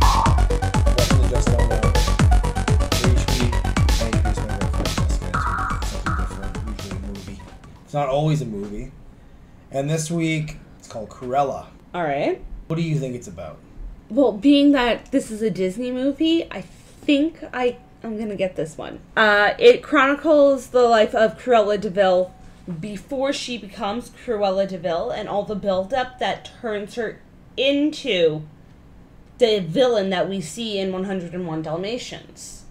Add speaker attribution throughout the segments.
Speaker 1: Roughly just on the each week, I increase my references guys, something different, usually a movie. It's not always a movie. And this week, it's called Cruella.
Speaker 2: All right.
Speaker 1: What do you think it's about?
Speaker 2: Well, being that this is a Disney movie, I think I I'm gonna get this one. Uh, it chronicles the life of Cruella Deville before she becomes Cruella Deville and all the buildup that turns her into the villain that we see in 101 Dalmatians.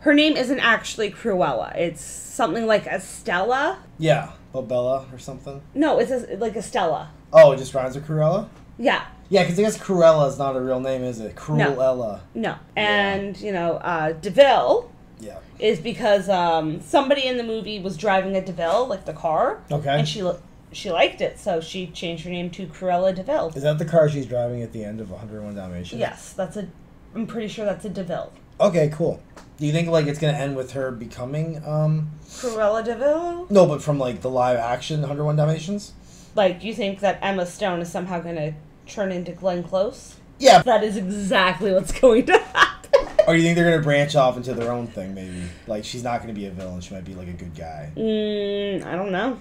Speaker 2: Her name isn't actually Cruella. It's something like Estella.
Speaker 1: Yeah, Bobella or something.
Speaker 2: No, it's a, like Estella.
Speaker 1: Oh, it just rhymes with Cruella?
Speaker 2: Yeah.
Speaker 1: Yeah, because I guess Cruella is not a real name, is it? Cruella.
Speaker 2: No. And, you know, uh, Deville
Speaker 1: Yeah.
Speaker 2: is because um, somebody in the movie was driving a DeVille, like the car.
Speaker 1: Okay.
Speaker 2: And she li- she liked it, so she changed her name to Cruella DeVille.
Speaker 1: Is that the car she's driving at the end of 101 Dalmatians?
Speaker 2: yes, that's a. I'm pretty sure that's a DeVille.
Speaker 1: Okay, cool. Do you think like it's gonna end with her becoming um
Speaker 2: Cruella DeVille.
Speaker 1: no, but from like the live action 101 Dalmatians?
Speaker 2: Like, you think that Emma Stone is somehow gonna turn into Glenn Close?
Speaker 1: Yeah.
Speaker 2: That is exactly what's going to happen.
Speaker 1: Or do you think they're gonna branch off into their own thing? Maybe like she's not gonna be a villain. She might be like a good guy.
Speaker 2: Mm, I don't know.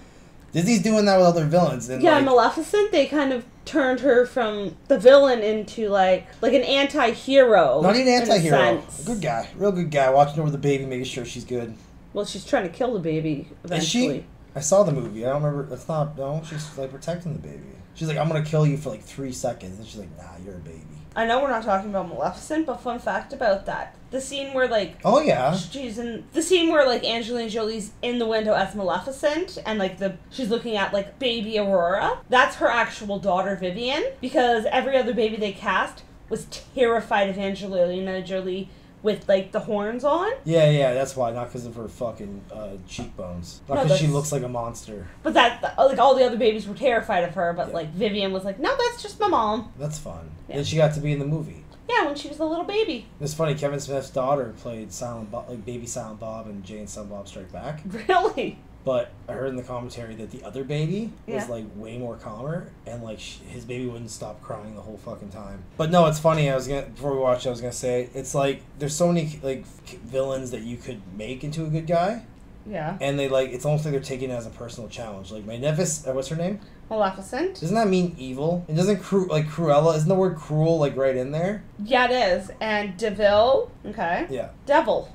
Speaker 1: Disney's doing that with other villains. And,
Speaker 2: Yeah,
Speaker 1: like,
Speaker 2: Maleficent. They kind of turned her from the villain into like like an anti-hero.
Speaker 1: not even
Speaker 2: in a
Speaker 1: anti-hero.
Speaker 2: sense.
Speaker 1: Good guy, real good guy, watching over the baby, making sure she's good.
Speaker 2: Well, she's trying to kill the baby
Speaker 1: Is
Speaker 2: eventually.
Speaker 1: she? I saw the movie. I don't remember. It's not. No, she's like protecting the baby. She's like, I'm gonna kill you for like three seconds, and she's like, Nah, you're a baby.
Speaker 2: I know we're not talking about Maleficent, but fun fact about that: the scene where like
Speaker 1: Oh yeah.
Speaker 2: she's in the scene where like Angelina Jolie's in the window as Maleficent, and like the she's looking at like baby Aurora. That's her actual daughter Vivian, because every other baby they cast was terrified of Angelina Jolie with like the horns on.
Speaker 1: Yeah, yeah, that's why. Not because of her fucking uh, cheekbones. Not
Speaker 2: No,
Speaker 1: because she
Speaker 2: that's-
Speaker 1: looks like a monster.
Speaker 2: But that like all the other babies were terrified of her, but
Speaker 1: Yeah.
Speaker 2: like Vivian was like, no, that's just my mom.
Speaker 1: That's fun.
Speaker 2: Yeah.
Speaker 1: And she got to be in the movie.
Speaker 2: Yeah, when she was a little baby.
Speaker 1: It's funny. Kevin Smith's daughter played Silent Bob, like Baby Silent Bob, and Jane Silent Bob Strike Back.
Speaker 2: Really?
Speaker 1: But I heard in the commentary that the other baby was
Speaker 2: Yeah.
Speaker 1: like way more calmer, and like sh- his baby wouldn't stop crying the whole fucking time. But no, it's funny. I was gonna before we watched, I was gonna say it's like there's so many like k- villains that you could make into a good guy,
Speaker 2: Yeah.
Speaker 1: and they like it's almost like they're taking it as a personal challenge. Like Magnific, uh, what's her name?
Speaker 2: Maleficent.
Speaker 1: Doesn't that mean evil? And doesn't cru- like Cruella? Isn't the word cruel like right in there?
Speaker 2: Yeah, it is. And Deville. Okay.
Speaker 1: Yeah.
Speaker 2: Devil.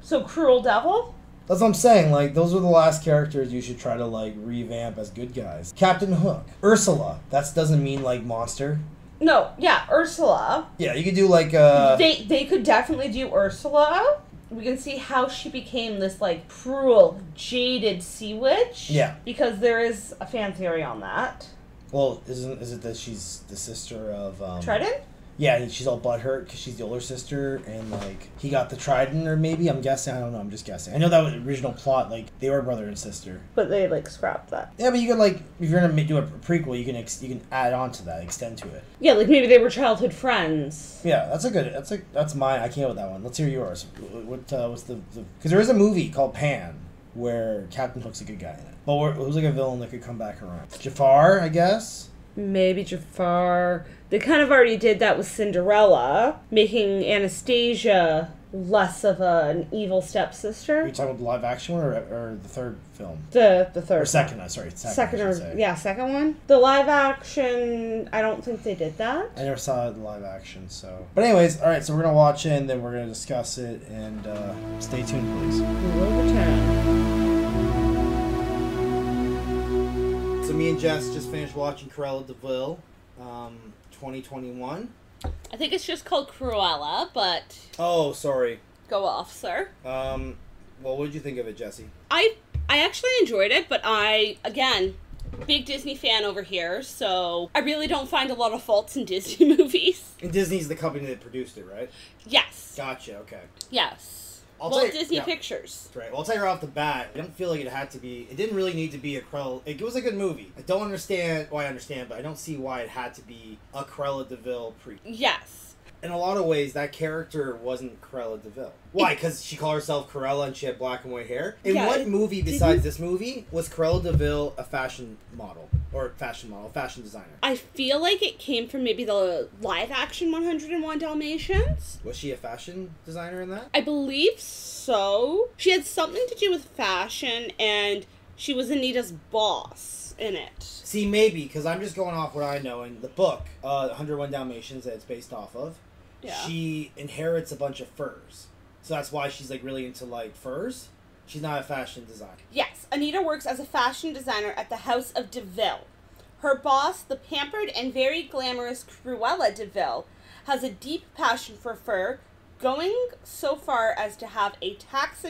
Speaker 2: So cruel devil.
Speaker 1: That's what I'm saying. Like those are the last characters you should try to like revamp as good guys. Captain Hook, Ursula. That doesn't mean like monster.
Speaker 2: No. Yeah, Ursula.
Speaker 1: Yeah, you could do like uh
Speaker 2: they they could definitely do Ursula. We can see how she became this like cruel, jaded sea witch.
Speaker 1: Yeah.
Speaker 2: Because there is a fan theory on that.
Speaker 1: well, isn't is it that she's the sister of um
Speaker 2: Trident.
Speaker 1: Yeah, and she's all butthurt because she's the older sister, and like he got the trident, or maybe I'm guessing. I don't know. I'm just guessing. I know that was the original plot. Like they were brother and sister.
Speaker 2: But they like scrapped that.
Speaker 1: Yeah, but you could like if you're gonna ma- do a prequel, you can ex- you can add on to that, extend to it.
Speaker 2: Yeah, like maybe they were childhood friends.
Speaker 1: Yeah, that's a good. That's a that's mine. I came up with that one. Let's hear yours. What uh, what's the because there is a movie called Pan where Captain Hook's a good guy in it, but where- who's like a villain that could come back around? Jafar, I guess.
Speaker 2: Maybe Jafar. They kind of already did that with Cinderella, making Anastasia less of a, an evil
Speaker 1: Are
Speaker 2: stepsister.
Speaker 1: you talking about the live action one or, or the third film
Speaker 2: The the third
Speaker 1: or second? I sorry, second.
Speaker 2: second
Speaker 1: I
Speaker 2: or
Speaker 1: should say.
Speaker 2: yeah second one. The live action. I don't think they did that.
Speaker 1: I never saw it in live action, so. But anyways, all right. So we're gonna watch it, and then we're gonna discuss it, and uh, stay tuned, please.
Speaker 2: We will return.
Speaker 1: So me and Jess just finished watching Cruella Deville, um, 2021.
Speaker 2: I think it's just called Cruella, but
Speaker 1: Oh, sorry.
Speaker 2: go off, sir.
Speaker 1: Um, well, what did you think of it, Jesse?
Speaker 2: I I actually enjoyed it, but I again big Disney fan over here, so I really don't find a lot of faults in Disney movies.
Speaker 1: And Disney's the company that produced it, right?
Speaker 2: Yes.
Speaker 1: Gotcha. Okay.
Speaker 2: Yes.
Speaker 1: I'll
Speaker 2: Walt
Speaker 1: tell you-
Speaker 2: Disney
Speaker 1: yeah.
Speaker 2: Pictures.
Speaker 1: That's Right. Well, I'll tell you right off the bat, I don't feel like it had to be. It didn't really need to be a Cruella. It was a good movie. I don't understand. Well, I understand, but I don't see why it had to be a Cruella Deville pre.
Speaker 2: Yes.
Speaker 1: In a lot of ways, that character wasn't Cruella Deville. Why? Because she called herself Cruella and she had black and white hair. In
Speaker 2: Yeah,
Speaker 1: what
Speaker 2: it-
Speaker 1: movie besides this movie was Cruella Deville a fashion model or fashion model, fashion designer?
Speaker 2: I feel like it came from maybe the live action 101 Dalmatians.
Speaker 1: Was she a fashion designer in that?
Speaker 2: I believe so. She had something to do with fashion and she was Anita's boss in it.
Speaker 1: See, maybe because I'm just going off what I know in the book, uh, 101 Dalmatians that it's based off of.
Speaker 2: Yeah.
Speaker 1: She inherits a bunch of furs, so that's why she's like really into like furs. She's not a fashion designer.
Speaker 2: Yes, Anita works as a fashion designer at the House of DeVille. Her boss, the pampered and very glamorous Cruella DeVille, has a deep passion for fur, going so far as to have a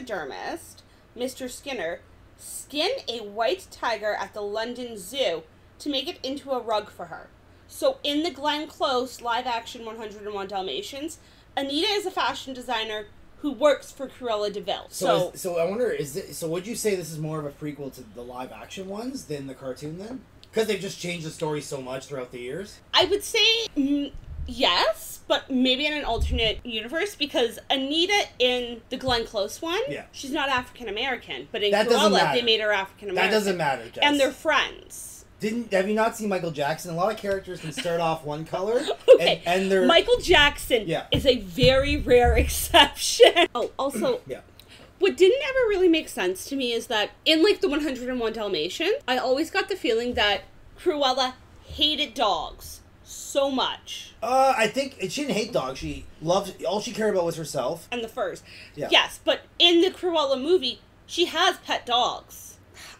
Speaker 2: taxidermist, Mr. Skinner, skin a white tiger at the London Zoo to make it into a rug for her. So in the Glenn Close live action 101 Dalmatians, Anita is a fashion designer who works for Cruella DeVille.
Speaker 1: So,
Speaker 2: So,
Speaker 1: is- so I wonder is it, so? Would you say this is more of a prequel to the live action ones than the cartoon then? Because they've just changed the story so much throughout the years.
Speaker 2: I would say mm, yes, but maybe in an alternate universe because Anita in the Glenn Close one,
Speaker 1: Yeah.
Speaker 2: she's not African American, but in
Speaker 1: That doesn't
Speaker 2: Cruella
Speaker 1: matter.
Speaker 2: they made her African
Speaker 1: That
Speaker 2: American.
Speaker 1: doesn't matter. Jess.
Speaker 2: And they're friends.
Speaker 1: didn't have you not seen Michael Jackson? A lot of characters can start off one color
Speaker 2: Okay,
Speaker 1: and, and they're
Speaker 2: Michael Jackson
Speaker 1: Yeah.
Speaker 2: is a very rare exception. Oh, also,
Speaker 1: yeah.
Speaker 2: what didn't ever really make sense to me is that in like the 101 Dalmatians, I always got the feeling that Cruella hated dogs so much.
Speaker 1: Uh, I think she didn't hate dogs. She loved all she cared about was herself.
Speaker 2: and the furs.
Speaker 1: Yeah.
Speaker 2: Yes, but in the Cruella movie, she has pet dogs.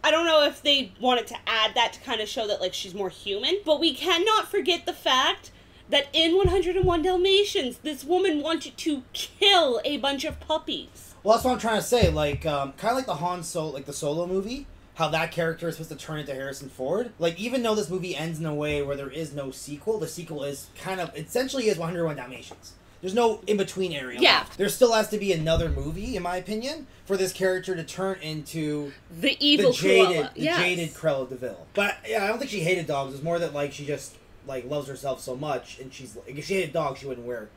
Speaker 2: I don't know if they wanted to add that to kind of show that like she's more human, but we cannot forget the fact that in 101 Dalmatians, this woman wanted to kill a bunch of puppies.
Speaker 1: Well, that's what I'm trying to say. Like, um, kind of like the Han Solo, like the Solo movie, how that character is supposed to turn into Harrison Ford. Like, even though this movie ends in a way where there is no sequel, the sequel is kind of essentially is 101 Dalmatians. There's no in between area.
Speaker 2: Yeah.
Speaker 1: left. There still has to be another movie, in my opinion, for this character to turn into
Speaker 2: The
Speaker 1: the
Speaker 2: evil
Speaker 1: jaded,
Speaker 2: Cruella.
Speaker 1: the
Speaker 2: Yes.
Speaker 1: jaded Cruella Deville. But yeah, I don't think she hated dogs. It's more that like she just like loves herself so much, and she's like, if she hated dogs, she wouldn't wear,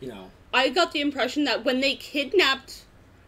Speaker 1: you know.
Speaker 2: I got the impression that when they kidnapped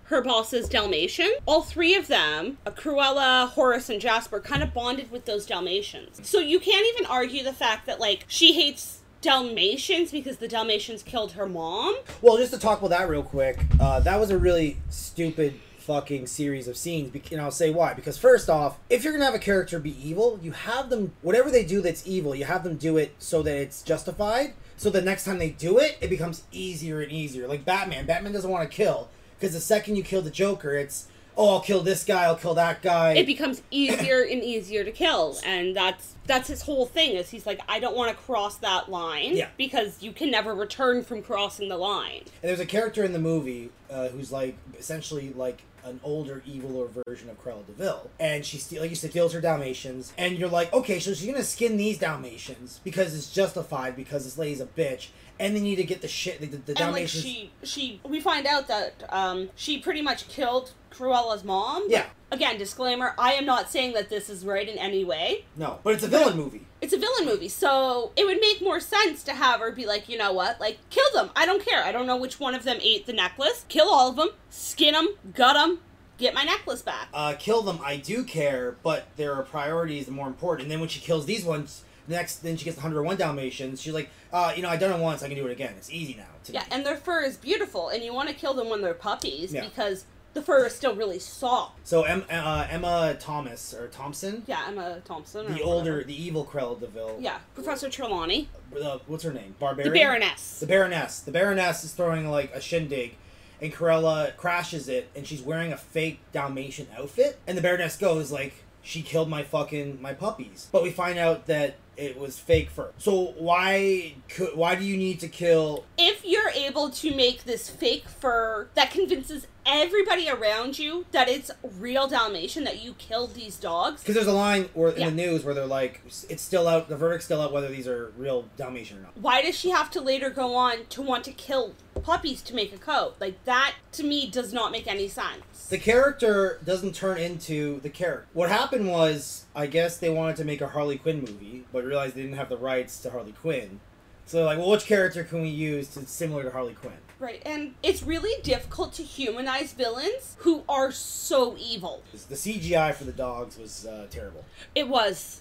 Speaker 2: her boss's Dalmatian, all three of them, uh, Cruella, Horace, and Jasper, kind of bonded with those Dalmatians. So you can't even argue the fact that, like, she hates Dalmatians because the Dalmatians killed her mom.
Speaker 1: Well, just to talk about that real quick, uh, that was a really stupid fucking series of scenes, bec- and I'll say why. Because first off, if you're gonna have a character be evil, you have them whatever they do that's evil, you have them do it so that it's justified. So the next time they do it, it becomes easier and easier. Like Batman, Batman doesn't want to kill because the second you kill the Joker, it's oh I'll kill this guy, I'll kill that guy.
Speaker 2: It becomes easier and easier to kill, and that's that's his whole thing. Is he's like, I don't want to cross that line
Speaker 1: Yeah.
Speaker 2: because you can never return from crossing the line.
Speaker 1: And there's a character in the movie uh, who's like essentially like an older, eviler version of Cruella Deville, and she steal, like you said, steals her Dalmatians, and you're like, okay, so she's gonna skin these Dalmatians because it's justified because this lady's a bitch, and then you need to get the shit the, the, the
Speaker 2: and like
Speaker 1: Dalmatians.
Speaker 2: she she we find out that um she pretty much killed Cruella's mom.
Speaker 1: Yeah.
Speaker 2: Again, disclaimer, I am not saying that this is right in any way.
Speaker 1: No, but it's a villain movie.
Speaker 2: It's a villain movie, so it would make more sense to have her be like, you know what? Like kill them. I don't care. I don't know which one of them ate the necklace. Kill all of them. Skin them, gut them, get my necklace back.
Speaker 1: Uh, kill them, I do care, but there are priorities that are more important. And then when she kills these ones, next then she gets the 101 Dalmatians. She's like, uh, you know, I done it once, I can do it again. It's easy now. To
Speaker 2: yeah, and their fur is beautiful and you want to kill them when they're puppies
Speaker 1: Yeah.
Speaker 2: because the fur is still really soft.
Speaker 1: so Em- uh, Emma Thomas or Thompson.
Speaker 2: Yeah, Emma Thompson. or
Speaker 1: the
Speaker 2: whatever.
Speaker 1: older, the evil Cruella Deville.
Speaker 2: Yeah, Professor Trelawney.
Speaker 1: Uh, what's her name?
Speaker 2: The
Speaker 1: Barbarian.
Speaker 2: Baroness.
Speaker 1: The Baroness. The Baroness is throwing like a shindig, and Corella crashes it, and she's wearing a fake Dalmatian outfit, and the Baroness goes like, "She killed my fucking my puppies," but we find out that it was fake fur. So why could why do you need to kill?
Speaker 2: if you're able able to make this fake fur that convinces everybody around you that it's real Dalmatian, that you killed these dogs.
Speaker 1: Because there's a line or in
Speaker 2: Yeah.
Speaker 1: the news where they're like, it's still out, the verdict's still out whether these are real Dalmatian or not.
Speaker 2: Why does she have to later go on to want to kill puppies to make a coat? Like, that to me does not make any sense.
Speaker 1: The character doesn't turn into the character. What happened was, I guess they wanted to make a Harley Quinn movie, but realized they didn't have the rights to Harley Quinn. So they're like, well, which character can we use that's similar to Harley Quinn?
Speaker 2: Right, and it's really difficult to humanize villains who are so evil.
Speaker 1: 'Cause The CGI for the dogs was uh, terrible.
Speaker 2: It was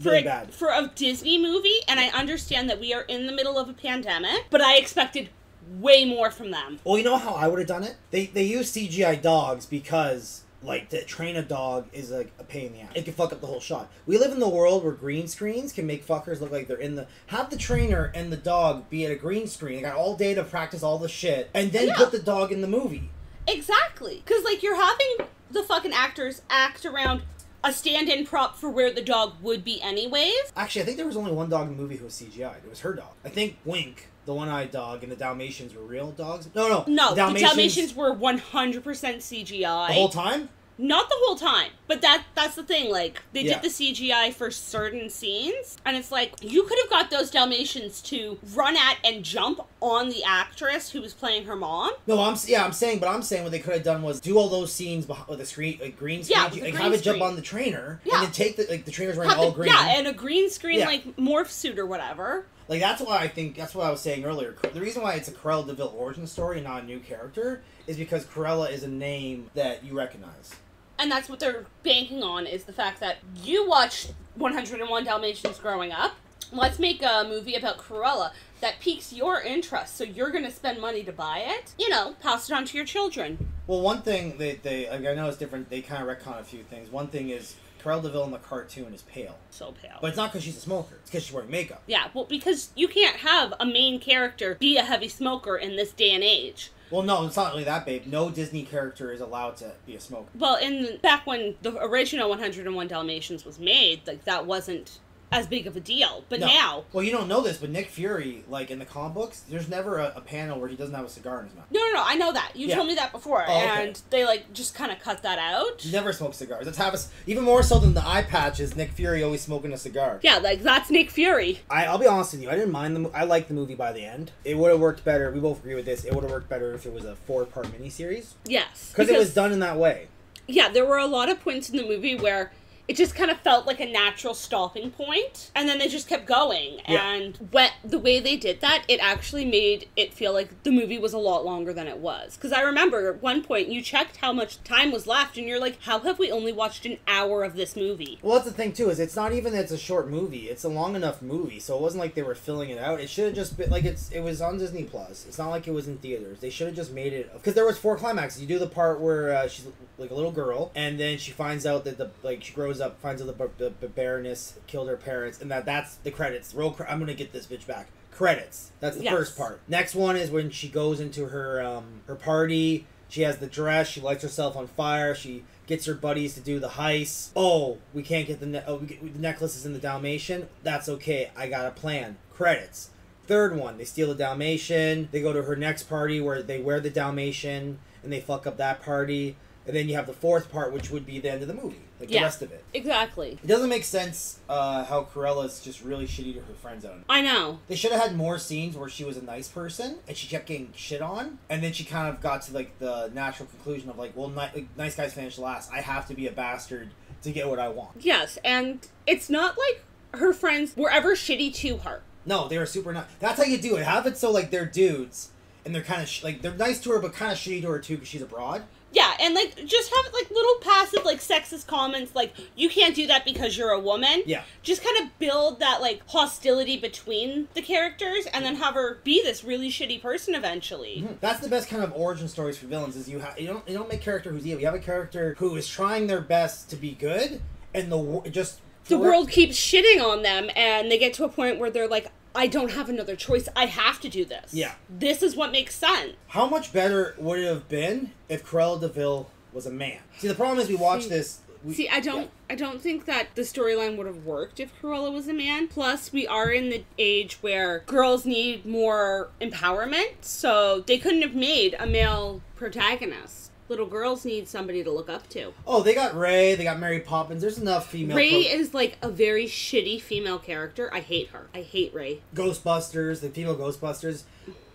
Speaker 2: for
Speaker 1: Really
Speaker 2: a,
Speaker 1: bad.
Speaker 2: for a Disney movie, and I understand that we are in the middle of a pandemic, but I expected way more from them.
Speaker 1: Well, you know how I would have done it? They they use CGI dogs because like to train a dog is like a pain in the ass. It can fuck up the whole shot. We live in the world where green screens can make fuckers look like they're in the have the trainer and the dog be at a green screen. They got all day to practice all the shit and then
Speaker 2: Yeah.
Speaker 1: put the dog in the movie.
Speaker 2: Exactly, because like you're having the fucking actors act around a stand-in prop for where the dog would be anyways.
Speaker 1: Actually, I think there was only one dog in the movie who was CGI. It was her dog. I think Wink, the one-eyed dog, and the Dalmatians were real dogs. No, no,
Speaker 2: No, the Dalmatians were 100% CGI.
Speaker 1: the whole time.
Speaker 2: Not the whole time, but that that's the thing. Like they
Speaker 1: Yeah.
Speaker 2: did the CGI for certain scenes, and it's like you could have got those Dalmatians to run at and jump on the actress who was playing her mom.
Speaker 1: No, I'm s- yeah, I'm saying, but I'm saying what they could have done was do all those scenes behind, with a screen, like green screen,
Speaker 2: Yeah, with the
Speaker 1: like,
Speaker 2: green
Speaker 1: have it jump
Speaker 2: screen.
Speaker 1: on the trainer,
Speaker 2: Yeah.
Speaker 1: and then take the like the trainer's wearing
Speaker 2: Have
Speaker 1: all
Speaker 2: the-
Speaker 1: green.
Speaker 2: Yeah, and a green screen
Speaker 1: Yeah.
Speaker 2: like morph suit or whatever.
Speaker 1: like that's why I think that's what I was saying earlier. The reason why it's a Cruella Deville origin story and not a new character is because Cruella is a name that you recognize.
Speaker 2: And that's what they're banking on is the fact that you watched 101 Dalmatians growing up. Let's make a movie about Cruella that piques your interest, so you're going to spend money to buy it. You know, pass it on to your children.
Speaker 1: Well, one thing they they like, I know it's different. They kind of retcon a few things. One thing is Cruella Deville in the cartoon is pale,
Speaker 2: So pale.
Speaker 1: but it's not because she's a smoker. It's because she's wearing makeup.
Speaker 2: Yeah, well, because you can't have a main character be a heavy smoker in this day and age.
Speaker 1: Well, no, it's not really that, babe. No Disney character is allowed to be a smoker.
Speaker 2: Well, in the, back when the original 101 Dalmatians was made, like that wasn't as big of a deal. But
Speaker 1: No.
Speaker 2: now,
Speaker 1: Well, you don't know this, but Nick Fury, like in the comic books, there's never a, a panel where he doesn't have a cigar in his mouth.
Speaker 2: no, no, no, I know that. You
Speaker 1: Yeah.
Speaker 2: told me that before,
Speaker 1: Oh, okay.
Speaker 2: and they like just kind of cut that out.
Speaker 1: He never smokes cigars. That's half a, even more so than the eye patches. Nick Fury always smoking a cigar.
Speaker 2: Yeah, like that's Nick Fury.
Speaker 1: I, I'll be honest with you. I didn't mind the. mo- I liked the movie by the end. It would have worked better. We both agree with this. It would have worked better if it was a four-part miniseries
Speaker 2: Yes,
Speaker 1: because it was done in that way.
Speaker 2: yeah, there were a lot of points in the movie where it just kind of felt like a natural stopping point, and then they just kept going.
Speaker 1: Yeah.
Speaker 2: And what the way they did that, it actually made it feel like the movie was a lot longer than it was. Because I remember at one point you checked how much time was left, and you're like, "How have we only watched an hour of this movie?"
Speaker 1: Well, that's the thing too. Is it's not even that it's a short movie. It's a long enough movie, so it wasn't like they were filling it out. It should have just been like it's. It was on Disney Plus. It's not like it was in theaters. They should have just made it because there was four climaxes. You do the part where uh, she's like a little girl, and then she finds out that the like she grows up, finds out the, bar- the, the Baroness killed her parents, and that that's the credits. Roll. Cre- I'm gonna get this bitch back. Credits. That's the
Speaker 2: Yes.
Speaker 1: first part. Next one is when she goes into her um, her party. She has the dress. She lights herself on fire. She gets her buddies to do the heist. Oh, we can't get the ne- oh, we get, the necklace is in the Dalmatian. That's okay. I got a plan. Credits. Third one, they steal the Dalmatian. They go to her next party where they wear the Dalmatian and they fuck up that party. And then you have the fourth part, which would be the end of the movie, like the
Speaker 2: Yeah.
Speaker 1: rest of it.
Speaker 2: Exactly.
Speaker 1: It doesn't make sense uh, how Corella's just really shitty to her friends out.
Speaker 2: I know.
Speaker 1: They should have had more scenes where she was a nice person and she kept getting shit on, and then she kind of got to like the natural conclusion of like, well, ni- like, nice guys finish last. I have to be a bastard to get what I want.
Speaker 2: Yes, and it's not like her friends were ever shitty to her.
Speaker 1: No, they were super nice. That's how you do it. Have it so like they're dudes and they're kind of sh- like they're nice to her, but kind of shitty to her too because she's abroad.
Speaker 2: Yeah, and like just have like little passive like sexist comments like you can't do that because you're a woman.
Speaker 1: Yeah.
Speaker 2: Just kind of build that like hostility between the characters and then have her be this really shitty person eventually.
Speaker 1: Mm-hmm. That's the best kind of origin stories for villains is you have you don't you don't make character who's evil. You have a character who is trying their best to be good, and the wor- just
Speaker 2: The world keeps shitting on them and they get to a point where they're like I don't have another choice. I have to do this.
Speaker 1: Yeah.
Speaker 2: This is what makes sense.
Speaker 1: How much better would it have been if Cruella Deville was a man? See, the problem is we watch this we,
Speaker 2: See, I don't, I don't think that the storyline would have worked if Cruella was a man. Plus, we are in the age where girls need more empowerment, so they couldn't have made a male protagonist. Little girls need somebody to look up to.
Speaker 1: Oh, they got Ray. They got Mary Poppins. There's enough female.
Speaker 2: Ray
Speaker 1: pro-
Speaker 2: is like a very shitty female character. I hate her. I hate Ray.
Speaker 1: Ghostbusters, the female Ghostbusters.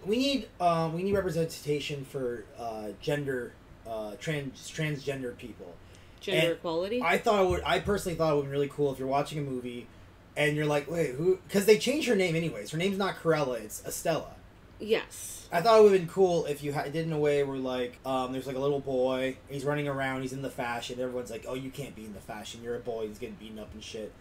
Speaker 1: We need um, we need representation for uh, gender uh, trans transgender people.
Speaker 2: Gender
Speaker 1: And
Speaker 2: equality.
Speaker 1: I thought it would. I personally thought it would be really cool if you're watching a movie, and you're like, wait, who? Because they changed her name anyways. Her name's not Corella. It's Estella.
Speaker 2: yes.
Speaker 1: I thought it would have been cool if you had, did in a way where like um, there's like a little boy, he's running around, he's in the fashion. Everyone's like, "Oh, you can't be in the fashion. You're a boy. He's getting beaten up and shit."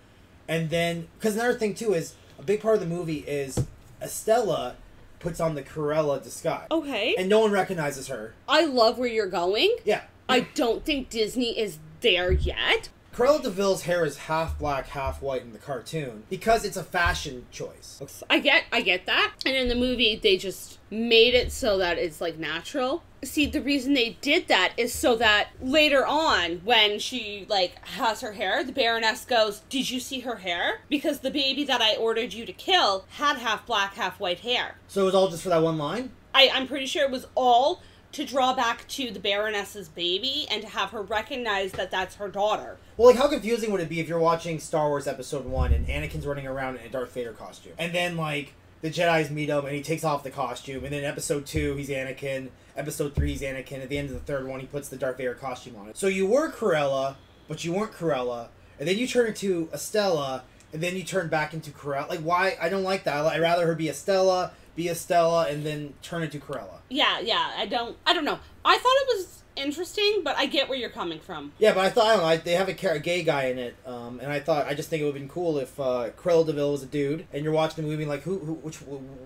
Speaker 1: And then, because another thing too is a big part of the movie is Estella puts on the Corella disguise,
Speaker 2: Okay.
Speaker 1: and no one recognizes her.
Speaker 2: I love where you're going.
Speaker 1: Yeah,
Speaker 2: I don't think Disney is there yet.
Speaker 1: Corella Deville's hair is half black, half white in the cartoon because it's a fashion choice.
Speaker 2: I get I get that. And in the movie they just made it so that it's like natural. See, the reason they did that is so that later on when she like has her hair, the Baroness goes, "Did you see her hair?" Because the baby that I ordered you to kill had half black, half white hair.
Speaker 1: So it was all just for that one line.
Speaker 2: I, I'm pretty sure it was all to draw back to the Baroness's baby and to have her recognize that that's her daughter.
Speaker 1: Well, like, how confusing would it be if you're watching Star Wars Episode One and Anakin's running around in a Darth Vader costume, and then like the Jedi's meet him and he takes off the costume, and then Episode Two he's Anakin, Episode Three he's Anakin, at the end of the third one he puts the Darth Vader costume on. So you were Corella, but you weren't Corella, and then you turn into Estella, and then you turn back into Corella. Like, why? I don't like that. I'd rather her be Estella, be Estella, and then turn into Corella.
Speaker 2: Yeah, yeah. I don't I don't know. I thought it was interesting, but I get where you're coming from.
Speaker 1: Yeah, but I thought I don't know, I- they have a, char- a gay guy in it, um, and I thought I just think it would have been cool if uh, Cruella Deville was a dude, and you're watching the movie like who, who which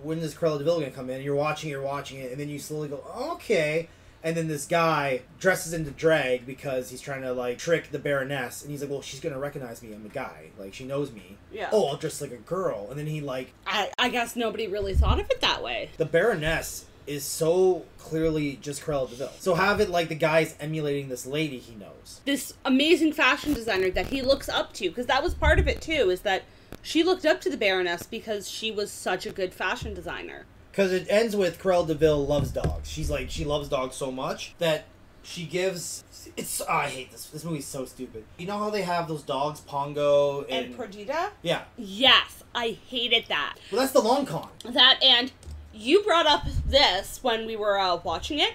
Speaker 1: when is Cruella Deville gonna come in? And you're watching, you're watching it, and then you slowly go okay, and then this guy dresses into drag because he's trying to like trick the Baroness, and he's like, well, she's gonna recognize me, I'm a guy, like she knows me.
Speaker 2: Yeah.
Speaker 1: Oh, I'll dress like a girl, and then he like
Speaker 2: I, I guess nobody really thought of it that way.
Speaker 1: the Baroness is so clearly just Cruella Deville. So have it like the guy's emulating this lady he knows.
Speaker 2: This amazing fashion designer that he looks up to, because that was part of it too, is that she looked up to the Baroness because she was such a good fashion designer.
Speaker 1: Because it ends with Corel Deville loves dogs. She's like she loves dogs so much that she gives. It's oh, I hate this. This movie's so stupid. You know how they have those dogs, Pongo and,
Speaker 2: Perdita?
Speaker 1: yeah.
Speaker 2: Yes, I hated that.
Speaker 1: Well, that's the long con.
Speaker 2: That and you brought up this when we were uh, watching it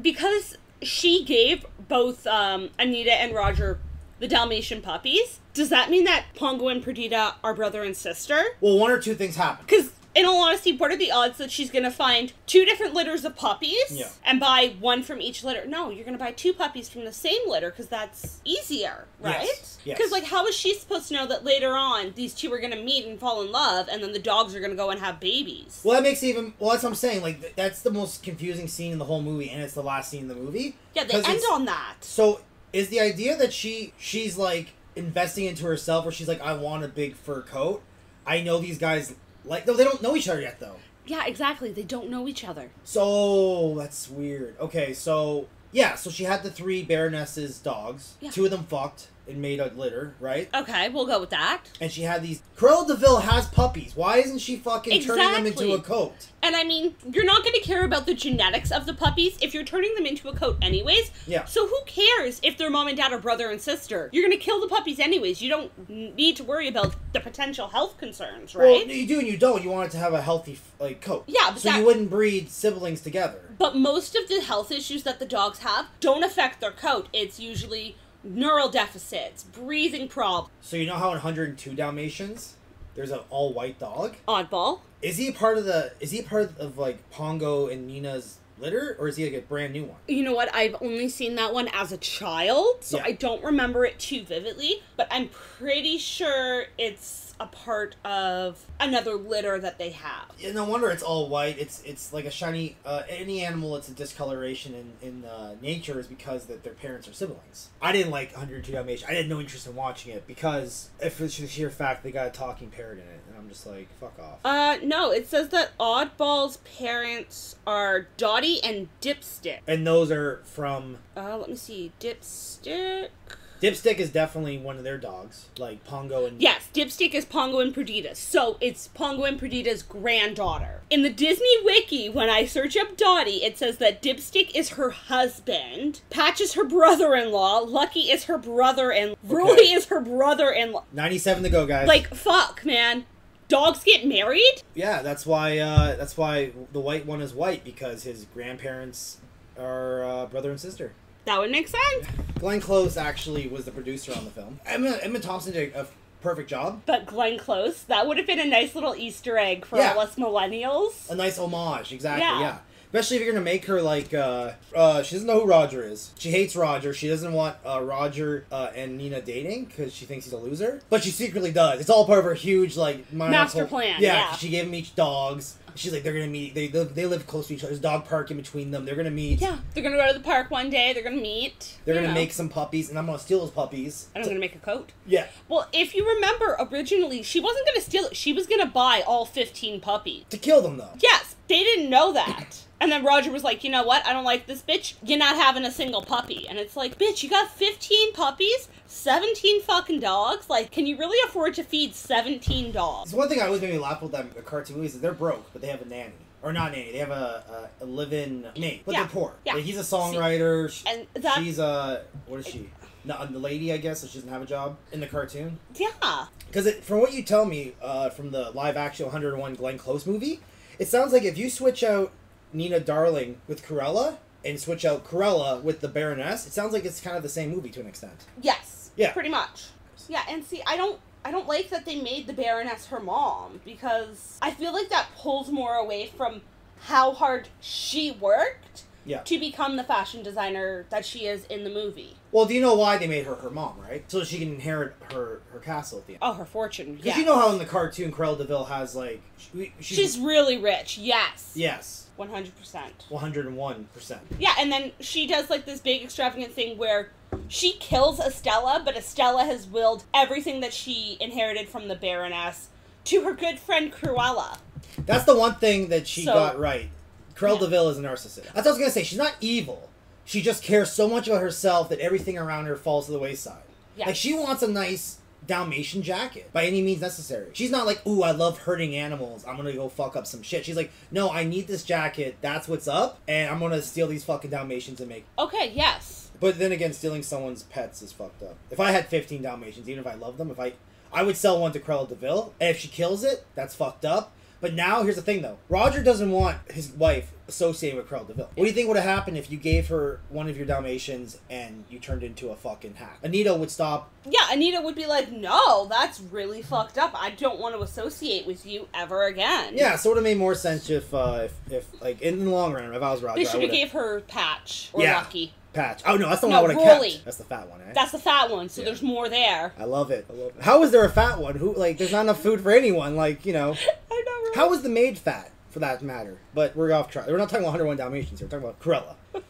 Speaker 2: because she gave both um, Anita and Roger the Dalmatian puppies. Does that mean that Pongo and Perdita are brother and sister?
Speaker 1: Well, one or two things happen.
Speaker 2: Because, in all honesty, what are the odds that she's going to find two different litters of puppies
Speaker 1: Yeah.
Speaker 2: and buy one from each litter? No, you're going to buy two puppies from the same litter because that's easier, right?
Speaker 1: Yes,
Speaker 2: Because,
Speaker 1: yes.
Speaker 2: like, how is she supposed to know that later on these two are going to meet and fall in love and then the dogs are going to go and have babies?
Speaker 1: Well, that makes it even. Well, that's what I'm saying. Like th- that's the most confusing scene in the whole movie, and it's the last scene in the movie.
Speaker 2: yeah, they
Speaker 1: 'Cause
Speaker 2: end
Speaker 1: it's-
Speaker 2: on that.
Speaker 1: So is the idea that she she's like investing into herself, where she's like, I want a big fur coat. I know these guys like. No, they don't know each other yet though.
Speaker 2: Yeah, exactly. They don't know each other.
Speaker 1: So that's weird. Okay, so yeah, so she had the three Baroness's dogs.
Speaker 2: Yeah.
Speaker 1: Two of them fucked and made a litter, right?
Speaker 2: Okay, we'll go with that.
Speaker 1: And she had these. Cruella Deville has puppies. Why isn't she fucking turning them into
Speaker 2: Exactly.
Speaker 1: a coat?
Speaker 2: And I mean, you're not going to care about the genetics of the puppies if you're turning them into a coat, anyways.
Speaker 1: Yeah.
Speaker 2: So who cares if their mom and dad are brother and sister? You're going to kill the puppies, anyways. You don't need to worry about the potential health concerns,
Speaker 1: Well,
Speaker 2: right?
Speaker 1: you do and you don't. You want it to have a healthy like coat.
Speaker 2: Yeah, but
Speaker 1: so
Speaker 2: that-
Speaker 1: you wouldn't breed siblings together.
Speaker 2: but most of the health issues that the dogs have don't affect their coat. It's usually neural deficits, breathing problems.
Speaker 1: So you know how in 102 Dalmatians, there's an all-white dog.
Speaker 2: Oddball.
Speaker 1: Is he a part of the? Is he a part of like Pongo and Nina's litter, or is he like a brand new one?
Speaker 2: You know what? I've only seen that one as a child, so
Speaker 1: Yeah.
Speaker 2: I don't remember it too vividly, but I'm pretty sure it's a part of another litter that they have.
Speaker 1: Yeah, no wonder it's all white. It's it's like a shiny. Uh, any animal, it's a discoloration in in uh, nature is because that their parents are siblings. I didn't like 102 Dalmatians. I had no interest in watching it because if it's the sheer fact they got a talking parrot in it, and I'm just like, fuck off.
Speaker 2: Uh, no, it says that Oddball's parents are Dottie and Dipstick.
Speaker 1: and those are from
Speaker 2: Uh, let me see. Dipstick?
Speaker 1: Dipstick is definitely one of their dogs, like Pongo and
Speaker 2: Yes, Dipstick is Pongo and Perdita. So it's Pongo and Perdita's granddaughter. In the Disney Wiki, when I search up Dottie, it says that Dipstick is her husband, Patch is her brother in law, Lucky is her brother in law, Rudy is her brother in law.
Speaker 1: ninety-seven to go, guys.
Speaker 2: Like, fuck, man. Dogs get married?
Speaker 1: yeah, that's why. Uh, that's why the white one is white because his grandparents are uh, brother and sister.
Speaker 2: That would make sense.
Speaker 1: Glenn Close actually was the producer on the film. Emma, Emma Thompson did a perfect job.
Speaker 2: But Glenn Close, that would have been a nice little Easter egg for
Speaker 1: Yeah.
Speaker 2: all us millennials.
Speaker 1: A nice homage, exactly. Yeah.
Speaker 2: Yeah.
Speaker 1: Especially if you're gonna make her like, uh, uh, she doesn't know who Roger is. She hates Roger. She doesn't want uh, Roger uh, and Nina dating because she thinks he's a loser. But she secretly does. It's all part of her huge like mind
Speaker 2: Master
Speaker 1: control-
Speaker 2: plan, yeah.
Speaker 1: she gave them each dogs. She's like, they're gonna meet. They live, they live close to each other. There's a dog park in between them. They're gonna meet.
Speaker 2: Yeah, they're gonna go to the park one day, they're gonna meet.
Speaker 1: They're
Speaker 2: you
Speaker 1: gonna
Speaker 2: know.
Speaker 1: make some puppies, and I'm gonna steal those puppies.
Speaker 2: And I'm gonna make a coat.
Speaker 1: Yeah.
Speaker 2: Well, if you remember originally, she wasn't going to steal it. She was going to buy all 15 puppies.
Speaker 1: To kill them though.
Speaker 2: Yes, they didn't know that. And then Roger was like, you know what? I don't like this bitch. You're not having a single puppy. And it's like, bitch, you got 15 puppies, 17 fucking dogs. Like, can you really afford to feed 17
Speaker 1: It's
Speaker 2: dogs?
Speaker 1: one thing I always made me laugh with them the cartoon movies is they're broke, but they have a nanny. Or not nanny, they have a, a, a live-in nanny. But
Speaker 2: Yeah,
Speaker 1: they're poor.
Speaker 2: yeah.
Speaker 1: Like, he's a songwriter. sh-
Speaker 2: And that-
Speaker 1: she's a what is she? Not the lady, I guess. So she doesn't have a job in the cartoon.
Speaker 2: Yeah.
Speaker 1: Because from what you tell me, uh, from the live-action 101 Glenn Close movie, it sounds like if you switch out Nina Darling with Corella and switch out Corella with the Baroness, it sounds like it's kind of the same movie to an extent.
Speaker 2: Yes.
Speaker 1: Yeah.
Speaker 2: Pretty much. Yeah, and see, I don't. I don't like that they made the Baroness her mom because I feel like that pulls more away from how hard she worked
Speaker 1: Yeah.
Speaker 2: to become the fashion designer that she is in the movie.
Speaker 1: Well, do you know why they made her her mom, right? So she can inherit her her castle at the end.
Speaker 2: Oh, her fortune.
Speaker 1: Because
Speaker 2: Yeah.
Speaker 1: you know how in the cartoon Corella Deville has like she, she's,
Speaker 2: she's really rich. Yes.
Speaker 1: yes,
Speaker 2: 100%.
Speaker 1: one hundred and one percent.
Speaker 2: Yeah, and then she does like this big extravagant thing where she kills Estella, but Estella has willed everything that she inherited from the Baroness to her good friend Cruella.
Speaker 1: That's the one thing that she
Speaker 2: So-
Speaker 1: got right. Corella
Speaker 2: Yeah.
Speaker 1: Deville is a narcissist. That's what I was gonna say. She's not evil. She just cares so much about herself that everything around her falls to the wayside.
Speaker 2: Yes.
Speaker 1: Like she wants a nice Dalmatian jacket by any means necessary. She's not like, ooh, I love hurting animals. I'm gonna go fuck up some shit. She's like, no, I need this jacket. That's what's up, and I'm gonna steal these fucking Dalmatians and make
Speaker 2: Okay, yes.
Speaker 1: But then again, stealing someone's pets is fucked up. If I had 15 Dalmatians, even if I loved them, if I I would sell one to Cruella Deville, and if she kills it, that's fucked up. But now here's the thing though. Roger doesn't want his wife associated with Cruella Deville. What do you think would have happened if you gave her one of your Dalmatians and you turned into a fucking hack? Anita would stop.
Speaker 2: Yeah, Anita would be like, no, that's really fucked up. I don't want to associate with you ever again.
Speaker 1: Yeah, so it would have made more sense if uh if, if like in the long run, if I was Roger,
Speaker 2: They
Speaker 1: I
Speaker 2: should
Speaker 1: would
Speaker 2: have
Speaker 1: have
Speaker 2: gave her Patch or
Speaker 1: Yeah.
Speaker 2: Lucky.
Speaker 1: patch. Oh no, that's the one
Speaker 2: No,
Speaker 1: I would have
Speaker 2: Rolly.
Speaker 1: kept. That's the fat one, eh?
Speaker 2: That's the fat one, so
Speaker 1: Yeah.
Speaker 2: there's more there.
Speaker 1: I love it. I love it. How is there a fat one? Who like there's not enough food for anyone, like, you know.
Speaker 2: I know,
Speaker 1: How was the maid fat, for that matter? But we're off track. We're not talking about 101 Dalmatians here. We're talking about Corella.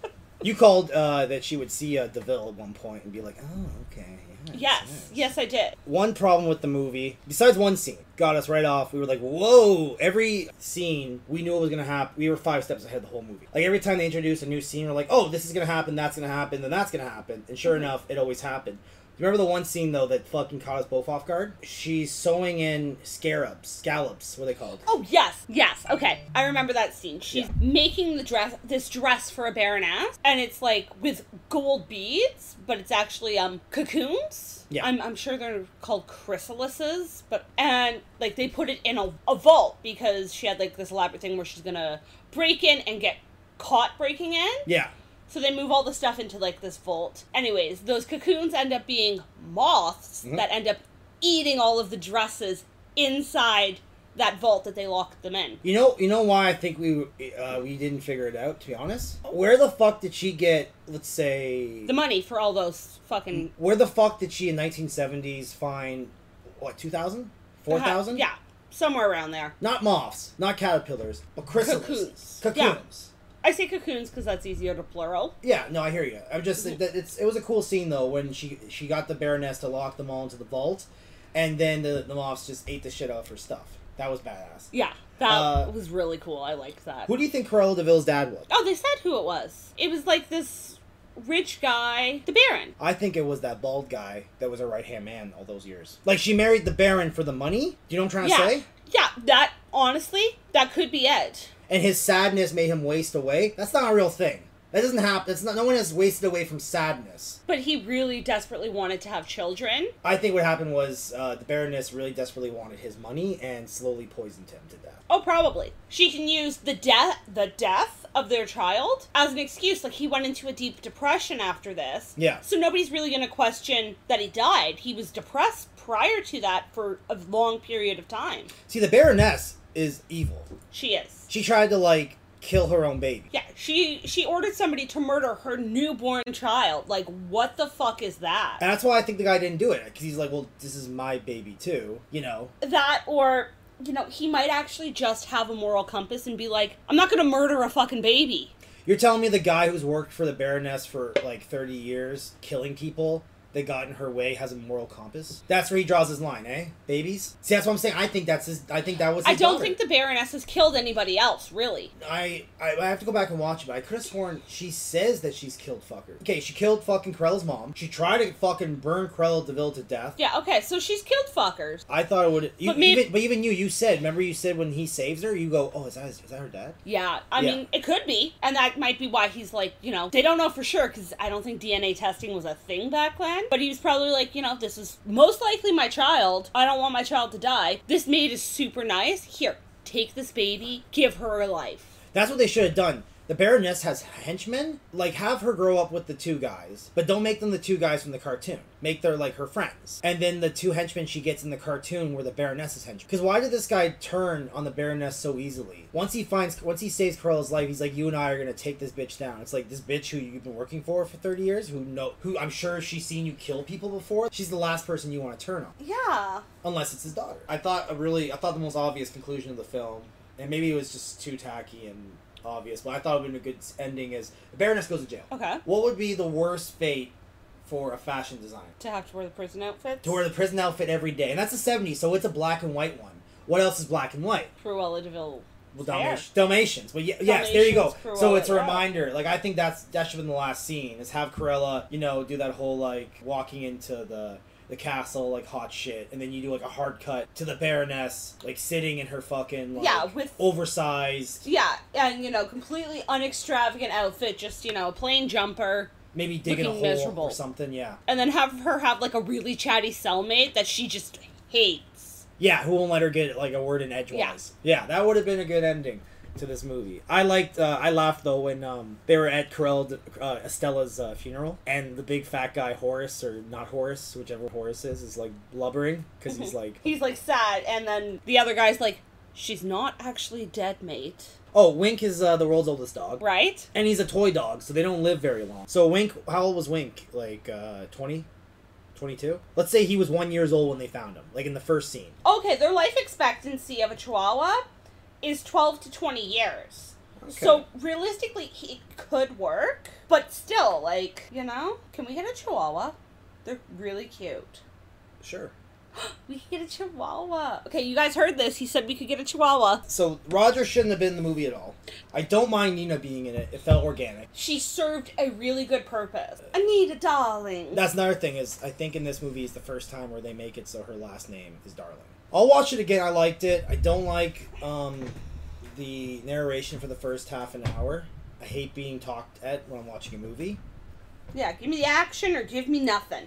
Speaker 1: you called uh, that she would see uh, Deville at one point and be like, oh, okay. yes,
Speaker 2: Yes, yes, I did.
Speaker 1: One problem with the movie, besides one scene, got us right off. We were like, whoa. Every scene, we knew it was going to happen. We were five steps ahead the whole movie. Like, every time they introduced a new scene, we're like, oh, this is going to happen, that's going to happen, then that's going to happen. And sure enough, it always happened. You Remember the one scene though that fucking caught us both off guard? She's sewing in scarabs, scallops, what are they called?
Speaker 2: Oh yes, yes. Okay, I remember that scene. She's making the dress, this dress for a baroness, and it's like with gold beads, but it's actually um cocoons.
Speaker 1: Yeah.
Speaker 2: I'm, I'm sure they're called chrysalises, but and like they put it in a, a vault because she had like this elaborate thing where she's gonna break in and get caught breaking in.
Speaker 1: Yeah.
Speaker 2: So they move all the stuff into like this vault. Anyways, those cocoons end up being moths
Speaker 1: Mhm.
Speaker 2: that end up eating all of the dresses inside that vault that they locked them in.
Speaker 1: You know, you know why I think we uh, we didn't figure it out. To be honest, where the fuck did she get? Let's say
Speaker 2: The money for all those fucking
Speaker 1: where the fuck did she in 1970s find what 2000, 4000?
Speaker 2: Yeah, somewhere around there.
Speaker 1: Not moths, not caterpillars, but chrysalises,
Speaker 2: Cocoons.
Speaker 1: cocoons.
Speaker 2: I say cocoons because that's easier to plural.
Speaker 1: Yeah. no, I hear you. I'm just that it's it was a cool scene though when she she got the baroness to lock them all into the vault, and then the, the moths just ate the shit out of her stuff. That was badass.
Speaker 2: Yeah, that
Speaker 1: Uh,
Speaker 2: was really cool. I liked that.
Speaker 1: Who do you think Cruella Deville's dad was?
Speaker 2: oh, they said who it was. It was like this rich guy, the Baron.
Speaker 1: I think it was that bald guy that was her right hand man all those years. Like she married the Baron for the money. You know what I'm trying
Speaker 2: yeah.
Speaker 1: to say?
Speaker 2: Yeah, that honestly, that could be it.
Speaker 1: And his sadness made him waste away. That's not a real thing. That doesn't happen. That's not. No one has wasted away from sadness.
Speaker 2: But he really desperately wanted to have children.
Speaker 1: I think what happened was uh, the Baroness really desperately wanted his money and slowly poisoned him to death.
Speaker 2: Oh, probably. She can use the death the death of their child as an excuse like he went into a deep depression after this.
Speaker 1: Yeah.
Speaker 2: So nobody's really going to question that he died. He was depressed prior to that for a long period of time.
Speaker 1: See, the Baroness is evil.
Speaker 2: She is.
Speaker 1: She tried to like kill her own baby.
Speaker 2: Yeah, she she ordered somebody to murder her newborn child. Like what the fuck is that?
Speaker 1: And that's why I think the guy didn't do it because he's like, well, this is my baby too, you know.
Speaker 2: that or you know he might actually just have a moral compass and be like i'm not gonna murder a fucking baby
Speaker 1: You're telling me the guy who's worked for the Baroness for like 30 years, killing people that got in her way, has a moral compass? That's where he draws his line, eh? Babies. See, that's what I'm saying. I think that's his. I think that was.
Speaker 2: i
Speaker 1: his
Speaker 2: don't
Speaker 1: daughter.
Speaker 2: think the baroness has killed anybody else really
Speaker 1: I, I I have to go back and watch it, but I could have sworn she says that she's killed fucker. Okay, she killed fucking Corella's mom. She tried to fucking burn Corella Deville to death.
Speaker 2: yeah okay so she's killed fuckers
Speaker 1: I thought it would. You,
Speaker 2: But maybe-
Speaker 1: even, but even you, you said. Remember, you said when he saves her, you go, "Oh, is that is that her dad?"
Speaker 2: yeah i
Speaker 1: Yeah.
Speaker 2: mean it could be and that might be why he's like you know they don't know for sure because i don't think dna testing was a thing back then but he was probably like you know this is most likely my child i don't want my child to die this maid is super nice here take this baby give her a life
Speaker 1: That's what they should have done. The Baroness has henchmen. Like, have her grow up with the two guys, but don't make them the two guys from the cartoon. Make their like her friends, and then the two henchmen she gets in the cartoon were the Baroness's henchmen. Because why did this guy turn on the Baroness so easily? Once he finds, once he saves Corella's life, he's like, "You and I are gonna take this bitch down." It's like this bitch who you've been working for for thirty years, who know, who I'm sure she's seen you kill people before. She's the last person you want to turn on.
Speaker 2: yeah
Speaker 1: unless it's his daughter. I thought a really, I thought the most obvious conclusion of the film, and maybe it was just too tacky and obvious, but I thought it would have been a good ending is the Baroness goes to jail.
Speaker 2: okay
Speaker 1: What would be the worst fate for a fashion designer?
Speaker 2: to have to wear the prison outfits
Speaker 1: To wear the prison outfit every day, and that's the '70s, so it's a black and white one. What else is black and white?
Speaker 2: Cruella Deville.
Speaker 1: Well,
Speaker 2: Fair.
Speaker 1: Dalmatians. Dalmatians. Well, ye- yes, there you go.
Speaker 2: Dalmatians,
Speaker 1: so
Speaker 2: Cruella,
Speaker 1: it's a
Speaker 2: yeah.
Speaker 1: reminder. Like I think that's that should have been the last scene is have Corella, you know, do that whole like walking into the the castle like hot shit, and then you do like a hard cut to the Baroness like sitting in her fucking like,
Speaker 2: Yeah, with-
Speaker 1: oversized
Speaker 2: Yeah, and you know, completely unextravagant outfit, just you know, a plain jumper,
Speaker 1: maybe digging a
Speaker 2: Looking
Speaker 1: hole
Speaker 2: miserable.
Speaker 1: or something. Yeah,
Speaker 2: and then have her have like a really chatty cellmate that she just hates.
Speaker 1: yeah. Who won't let her get like a word in edgewise? Yeah, that would have been a good ending. To this movie, I liked. Uh, I laughed though when um, they were at Corella uh, Estella's uh, funeral, and the big fat guy Horace or not Horace, whichever Horace is, is like blubbering because he's like,
Speaker 2: He's like sad, and then the other guy's like, "She's not actually dead, mate."
Speaker 1: "Oh, Wink is uh, the world's oldest dog,
Speaker 2: Right?
Speaker 1: and he's a toy dog, so they don't live very long." So Wink, how old was Wink? Like uh, 20? 22? Let's say he was one years old when they found him, like in the first scene.
Speaker 2: Okay, their life expectancy of a Chihuahua is twelve to twenty years. So realistically, he it could work, but still, like you know, can we get a Chihuahua? They're really cute.
Speaker 1: sure.
Speaker 2: We could get a chihuahua. Okay, you guys heard this. He said we could get a chihuahua.
Speaker 1: So Roger shouldn't have been in the movie at all. I don't mind Nina being in it; it felt organic.
Speaker 2: She served a really good purpose. Anita, darling.
Speaker 1: That's another thing is I think in this movie is the first time where they make it so her last name is Darling. I'll watch it again. I liked it. I don't like um, the narration for the first half an hour. I hate being talked at when I'm watching a movie.
Speaker 2: yeah, give me the action or give me nothing.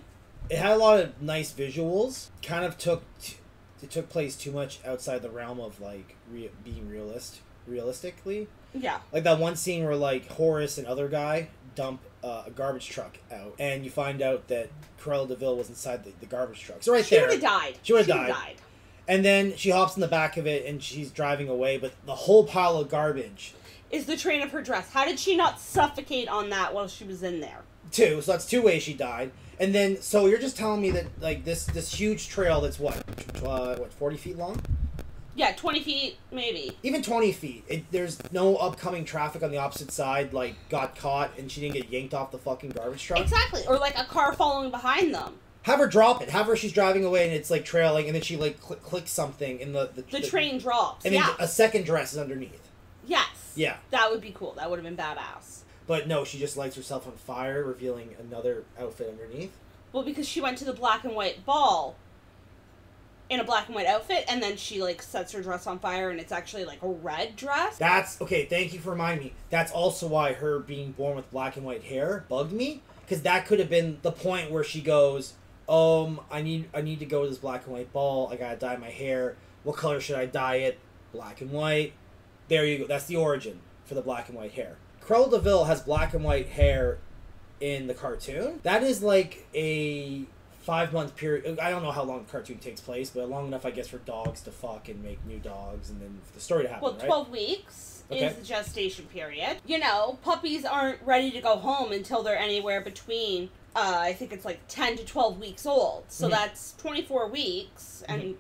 Speaker 1: It had a lot of nice visuals. Kind of took t- it took place too much outside the realm of like re- being realist realistically.
Speaker 2: Yeah.
Speaker 1: Like that one scene where like Horace and other guy dump uh, a garbage truck out, and you find out that Corella Deville was inside the, the garbage truck. So right
Speaker 2: She
Speaker 1: there,
Speaker 2: would have died.
Speaker 1: She would've
Speaker 2: would've
Speaker 1: died. And then she hops in the back of it and she's driving away, but the whole pile of garbage,
Speaker 2: Is the train of her dress. How did she not suffocate on that while she was in there?
Speaker 1: too. So that's two ways she died. And then, so you're just telling me that like this this huge trail that's what uh, what forty feet long,
Speaker 2: Yeah, 20 feet, maybe.
Speaker 1: even twenty feet. It, there's no upcoming traffic on the opposite side. Like got caught and she didn't get yanked off the fucking garbage truck.
Speaker 2: Exactly. Or like a car following behind them.
Speaker 1: Have her drop it. Have her she's driving away and it's like trailing, and then she like cl- clicks something in the the,
Speaker 2: The train drops.
Speaker 1: and then
Speaker 2: Yeah.
Speaker 1: a second dress is underneath.
Speaker 2: yes.
Speaker 1: Yeah.
Speaker 2: That would be cool. That would have been badass.
Speaker 1: But no, she just lights herself on fire, revealing another outfit underneath.
Speaker 2: Well, because she went to the black and white ball in a black and white outfit, and then she like sets her dress on fire, and it's actually like a red dress.
Speaker 1: That's okay. Thank you for reminding me. That's also why her being born with black and white hair bugged me because that could have been the point where she goes, "Um, I need I need to go to this black and white ball. I gotta dye my hair. What color should I dye it? Black and white. There you go. That's the origin for the black and white hair. Cruella Deville has black and white hair in the cartoon. That is like a five month period. I don't know how long the cartoon takes place, but long enough, I guess, for dogs to fuck and make new dogs, and then for the story to happen.
Speaker 2: Well,
Speaker 1: right?
Speaker 2: twelve weeks
Speaker 1: Okay.
Speaker 2: is the gestation period. You know, puppies aren't ready to go home until they're anywhere between. Uh, I think it's like ten to twelve weeks old, so
Speaker 1: Mhm.
Speaker 2: that's twenty four weeks
Speaker 1: Mm-hmm.
Speaker 2: and.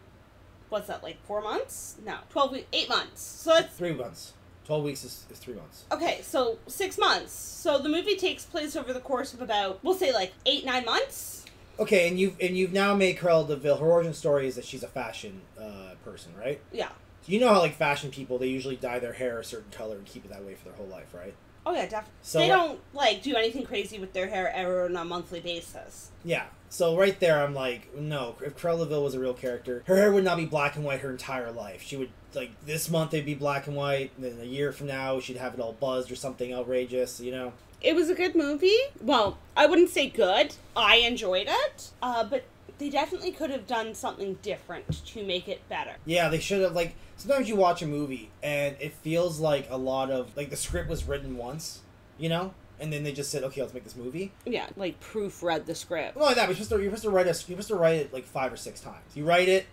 Speaker 2: What's that like? Four months? No, twelve weeks, eight months. So that's
Speaker 1: Three months. Twelve weeks is, is three months.
Speaker 2: Okay, so six months. So the movie takes place over the course of about, we'll say like eight, nine months.
Speaker 1: Okay, and you've and you've now made Cruella Deville. Her origin story is that she's a fashion uh, person, right?
Speaker 2: Yeah.
Speaker 1: So you know how like fashion people they usually dye their hair a certain color and keep it that way for their whole life, right?
Speaker 2: Oh, yeah, definitely.
Speaker 1: So
Speaker 2: they
Speaker 1: what-
Speaker 2: don't like do anything crazy with their hair ever on a monthly basis.
Speaker 1: Yeah. So right there, I'm like, no. If Cruella Deville was a real character, her hair would not be black and white her entire life. She would like this month it'd be black and white, and then a year from now she'd have it all buzzed or something outrageous, you know?
Speaker 2: It was a good movie. Well, I wouldn't say good. I enjoyed it. Uh, but they definitely could have done something different to make it better.
Speaker 1: Yeah, they should have like sometimes you watch a movie and it feels like a lot of like the script was written once, you know? And then they just said, Okay, let's make this movie.
Speaker 2: Yeah, like proofread the script.
Speaker 1: Not only that, but you're supposed to you're supposed to write a, you're supposed to write it like five or six times. You write it,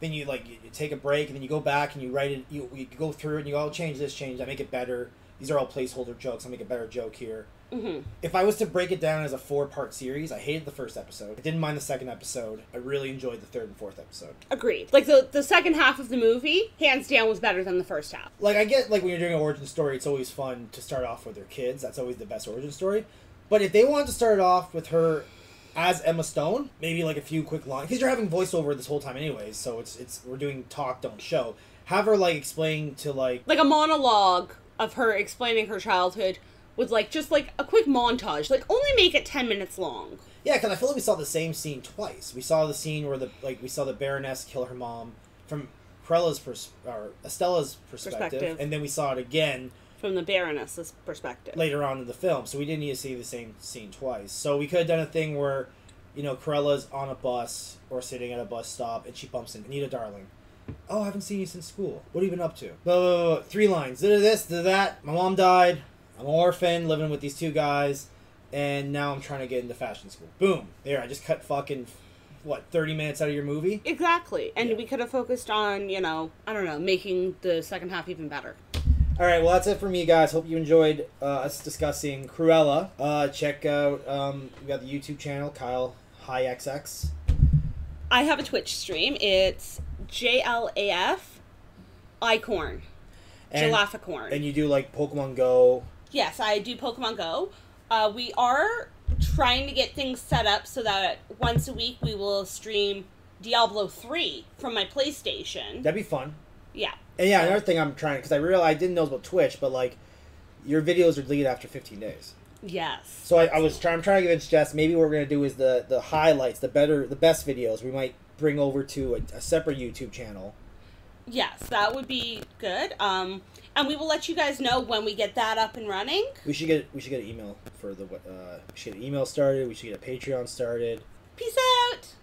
Speaker 1: then you like you, you take a break, and then you go back and you write it. You, you go through it and you go, I'll change this, change that, make it better. These are all placeholder jokes. I'll make a better joke here.
Speaker 2: hmm
Speaker 1: If I was to break it down as a four part series, I hated the first episode. I didn't mind the second episode. I really enjoyed the third and fourth episode.
Speaker 2: Agreed. Like the, the second half of the movie, hands down, was better than the first half.
Speaker 1: like I get like when you're doing an origin story, it's always fun to start off with her kids. That's always the best origin story. But if they wanted to start it off with her as Emma Stone, maybe like a few quick lines because you're having voiceover this whole time anyways, so it's it's we're doing talk, don't show. Have her like explain to like
Speaker 2: like a monologue of her explaining her childhood with like just like a quick montage like only make it 10 minutes long
Speaker 1: yeah, because I feel like we saw the same scene twice. We saw the scene where the like we saw the Baroness kill her mom from Cruella's pers- or Estella's perspective,
Speaker 2: Perspective.
Speaker 1: and then we saw it again
Speaker 2: from the baroness's perspective
Speaker 1: later on in the film, so we didn't need to see the same scene twice. So we could have done a thing where, you know, Corella's on a bus or sitting at a bus stop and she bumps into Nita Darling. Oh, I haven't seen you since school. What have you been up to? Blah, blah, blah, blah. Three lines. Did this, did that. My mom died. I'm an orphan living with these two guys, and now I'm trying to get into fashion school. Boom. There, I just cut fucking, what, 30 minutes out of your movie?
Speaker 2: exactly and
Speaker 1: Yeah.
Speaker 2: we could have focused on you know i don't know making the second half even better
Speaker 1: All right, well, that's it for me, guys. Hope you enjoyed uh, us discussing Cruella. Uh, check out um, we got the YouTube channel Kyle High XX.
Speaker 2: i have a twitch stream it's jlaf icorn
Speaker 1: And,
Speaker 2: jalaficorn
Speaker 1: and you do like Pokemon Go.
Speaker 2: yes i do pokemon go uh, we are trying to get things set up so that once a week we will stream diablo 3 from my playstation
Speaker 1: That'd be fun.
Speaker 2: yeah
Speaker 1: And yeah, another thing I'm trying because I realized I didn't know about Twitch, but like your videos are deleted after 15 days.
Speaker 2: Yes.
Speaker 1: So I, I was trying. I'm trying to convince Jess. Maybe what we're gonna do is the the highlights, the better, the best videos. We might bring over to a, a separate YouTube channel.
Speaker 2: Yes, that would be good. Um, and we will let you guys know when we get that up and running.
Speaker 1: We should get we should get an email for the uh, we should get an email started. We should get a Patreon started.
Speaker 2: Peace out.